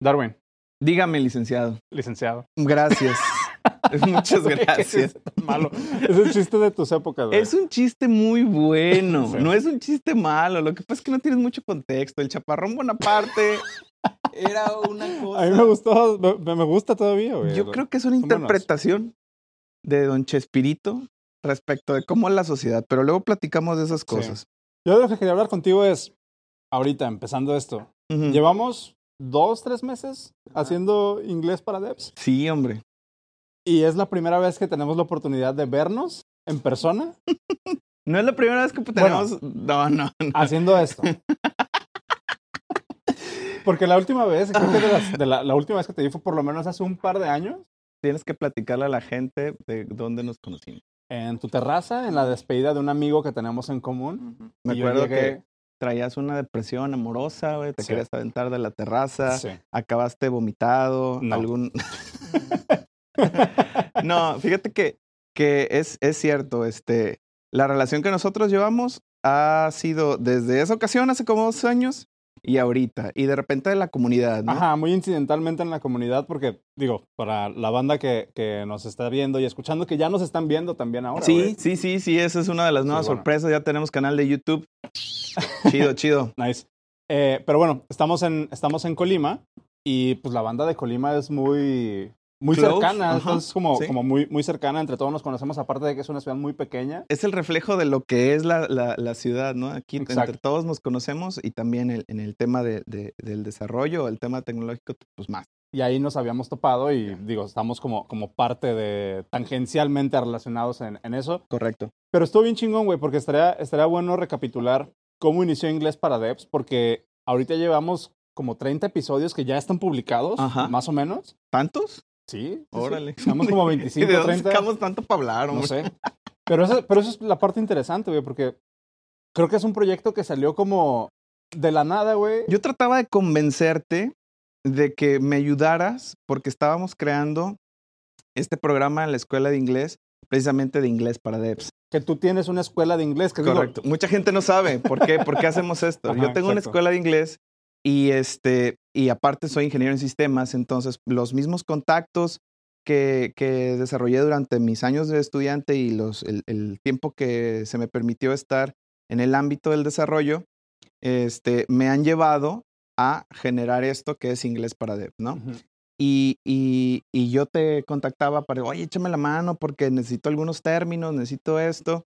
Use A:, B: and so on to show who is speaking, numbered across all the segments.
A: Darwin,
B: Dígame, licenciado.
A: licenciado.
B: Gracias. Muchas
A: Güey, ¿qué
B: gracias.
A: Es eso tan malo. Es un chiste de tus épocas, güey.
B: Es un chiste muy bueno,
A: Sí.
B: no es un chiste malo. Lo que pasa es que no tienes mucho contexto. El chaparrón Bonaparte era una
A: A mí
B: cosa.
A: me gustó, me, me gusta todavía, güey.
B: Yo creo que es una
A: son buenos.
B: interpretación de Don Chespirito respecto de cómo es la sociedad, pero luego platicamos de esas cosas.
A: Yo de lo que quería hablar contigo es, ahorita, empezando esto,
B: Ujú.
A: llevamos dos, tres meses haciendo inglés para devs
B: Sí, hombre.
A: y es la primera vez que tenemos la oportunidad de vernos en persona
B: No es la primera vez que tenemos. no, no, no.
A: haciendo esto. Porque la última vez, creo que de las- de la, la última vez que te vi fue por lo menos hace un par de años,
B: Tienes que platicarle a la gente de dónde nos conocimos.
A: en tu terraza, en la despedida de un amigo que tenemos en común.
B: Me
A: Y yo
B: acuerdo
A: llegué-
B: que traías una depresión amorosa, güey, te
A: Sí.
B: querías aventar de la terraza.
A: Sí.
B: acabaste vomitado,
A: No.
B: algún... no, fíjate que, que es, es cierto, este, la relación que nosotros llevamos ha sido desde esa ocasión, hace como dos años, y ahorita, y de repente de la comunidad, ¿no?
A: Ajá, muy incidentalmente en la comunidad, porque digo, para la banda que, que nos está viendo y escuchando, que ya nos están viendo también ahora.
B: sí,
A: güey.
B: sí, sí, sí, esa es una de las
A: Sí,
B: nuevas
A: bueno.
B: sorpresas, ya tenemos canal de YouTube. chido, chido.
A: Nice. Eh, pero bueno, estamos en, estamos en Colima y pues la banda de Colima es muy, muy
B: Close,
A: cercana,
B: ajá,
A: entonces como,
B: sí.
A: como muy, muy cercana, entre todos nos conocemos, aparte de que es una ciudad muy pequeña.
B: Es el reflejo de lo que es la, la- la ciudad, ¿no? Aquí entre
A: Exacto.
B: todos nos conocemos y también el- en el tema de- de- del desarrollo, el tema tecnológico, pues más.
A: Y ahí nos habíamos topado y digo, estamos como, como parte de, tangencialmente relacionados en, en eso.
B: Correcto.
A: Pero estuvo bien chingón, güey, porque estaría, estaría bueno recapitular cómo inició Inglés para Devs, porque ahorita llevamos como 30 episodios que ya están publicados,
B: Ajá.
A: más o menos.
B: ¿Tantos?
A: Sí. sí, sí.
B: Órale.
A: Estamos como
B: ¿Y
A: 25,
B: de dónde
A: 30.
B: sacamos tanto para hablar,
A: No
B: hombre?
A: sé. Pero eso, pero eso es la parte interesante, güey, porque creo que es un proyecto que salió como de la nada, güey.
B: Yo trataba de convencerte de que me ayudaras porque estábamos creando este programa en la escuela de inglés, precisamente de inglés para devs.
A: Que tú tienes una escuela de inglés, que digo,
B: Correcto. Mucha gente no sabe por qué, por qué hacemos esto.
A: Ajá,
B: Yo tengo una
A: exacto.
B: escuela de inglés y este y aparte soy ingeniero en sistemas, entonces los mismos contactos que, que desarrollé durante mis años de estudiante y los, el, el tiempo que se me permitió estar en el ámbito del desarrollo, este, me han llevado a generar esto que es inglés para dev, ¿no?
A: Ujú.
B: y, y- y yo te contactaba para, oye, échame la mano porque necesito algunos términos, necesito esto.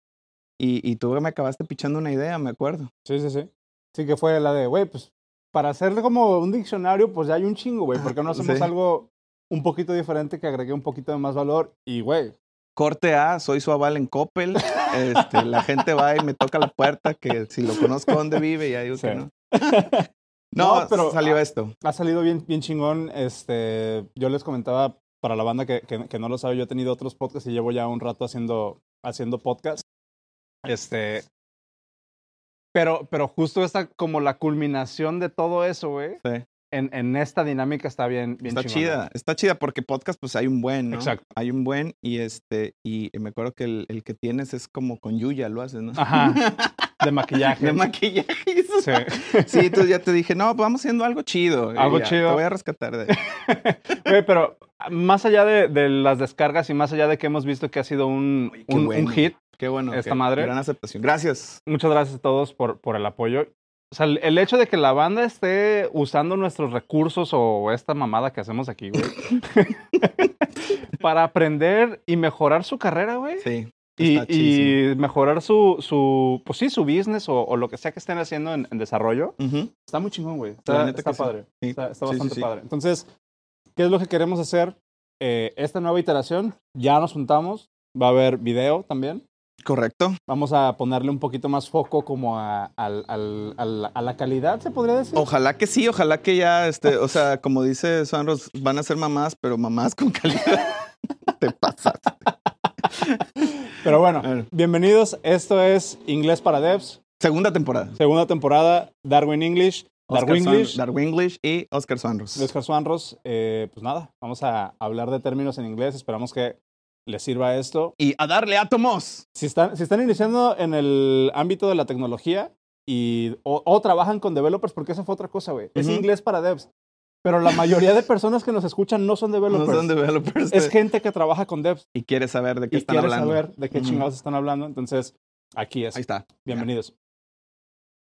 B: Y, y tú me acabaste pichando una idea, me acuerdo.
A: Sí, sí, sí. Sí que fue la de, güey, pues para hacer como un diccionario, pues ya hay un chingo, güey. ¿Por qué no hacemos
B: sí.
A: algo un poquito diferente que agregue un poquito de más valor? Y, güey,
B: Corte A, soy su aval en Coppel. Este, la gente va y me toca la puerta que si lo conozco dónde vive, ya digo que
A: Sí.
B: no. No,
A: No,
B: pero
A: pero- ah,
B: salió esto.
A: ha salido bien, bien chingón. Este, yo les comentaba para la banda que, que- que no lo sabe, yo he tenido otros podcasts y llevo ya un rato haciendo, haciendo podcast. Este. Pero, pero justo esta, como la culminación de todo eso, güey,
B: Sí.
A: en, en esta dinámica está bien, bien
B: está
A: chingona.
B: chida, está chida porque podcast pues hay un buen, ¿no?
A: Exacto.
B: Hay un buen y este y me acuerdo que el, el que tienes es como con Yuya, lo haces, ¿no?
A: Ajá. De maquillaje.
B: De maquillaje. y eso.
A: Sí.
B: Sí, entonces ya te dije, no, pues vamos haciendo algo chido.
A: Algo
B: Y ya,
A: chido.
B: Te voy a rescatar de ahí.
A: Güey, pero más allá de, de las descargas y más allá de que hemos visto que ha sido un,
B: Oye, qué
A: un, un
B: bueno.
A: hit,
B: Qué bueno.
A: Esta
B: que-
A: madre.
B: Gran aceptación. Gracias.
A: muchas gracias a todos por, por el apoyo. O sea, el- el hecho de que la banda esté usando nuestros recursos o esta mamada que hacemos aquí, güey, para aprender y mejorar su carrera, güey.
B: Sí.
A: y,
B: está chidísimo.
A: y mejorar su, su, pues sí, su business o, o lo que sea que estén haciendo en, en desarrollo.
B: Ujú.
A: Está muy chingón, güey.
B: La
A: Está,
B: neta
A: está
B: que sí.
A: padre.
B: Sí.
A: Está, está
B: Sí, sí,
A: bastante
B: sí.
A: padre. Entonces, ¿qué es lo que queremos hacer? Eh, esta nueva iteración, ya nos juntamos, va a haber video también.
B: Correcto.
A: Vamos a ponerle un poquito más foco como a, al- al- al- a la calidad, se podría decir.
B: Ojalá que sí, ojalá que ya, este, o sea, como dice Sandros, van a ser mamás, pero mamás con calidad. Te pasas.
A: Pero bueno,
B: Bueno.
A: bienvenidos. Esto es Inglés para Devs,
B: Segunda temporada.
A: segunda temporada, Darwin English.
B: Oscar
A: Darwin
B: Swan-
A: English.
B: Darwin English y Oscar Sandros.
A: Oscar Swanros, eh, pues nada, vamos a hablar de términos en inglés. Esperamos que les sirva esto.
B: Y a darle átomos.
A: Si están, si están iniciando en el ámbito de la tecnología y, o, o trabajan con developers, porque esa fue otra cosa, güey. Es
B: Ujú.
A: inglés para devs. Pero la mayoría de personas que nos escuchan no son
B: No
A: developers.
B: son developers.
A: pues. Es gente que trabaja con devs
B: este. Y quiere saber de qué
A: y
B: están
A: quiere
B: hablando.
A: saber de qué
B: Ujú.
A: chingados están hablando. Entonces, aquí es.
B: Ahí está.
A: Bienvenidos.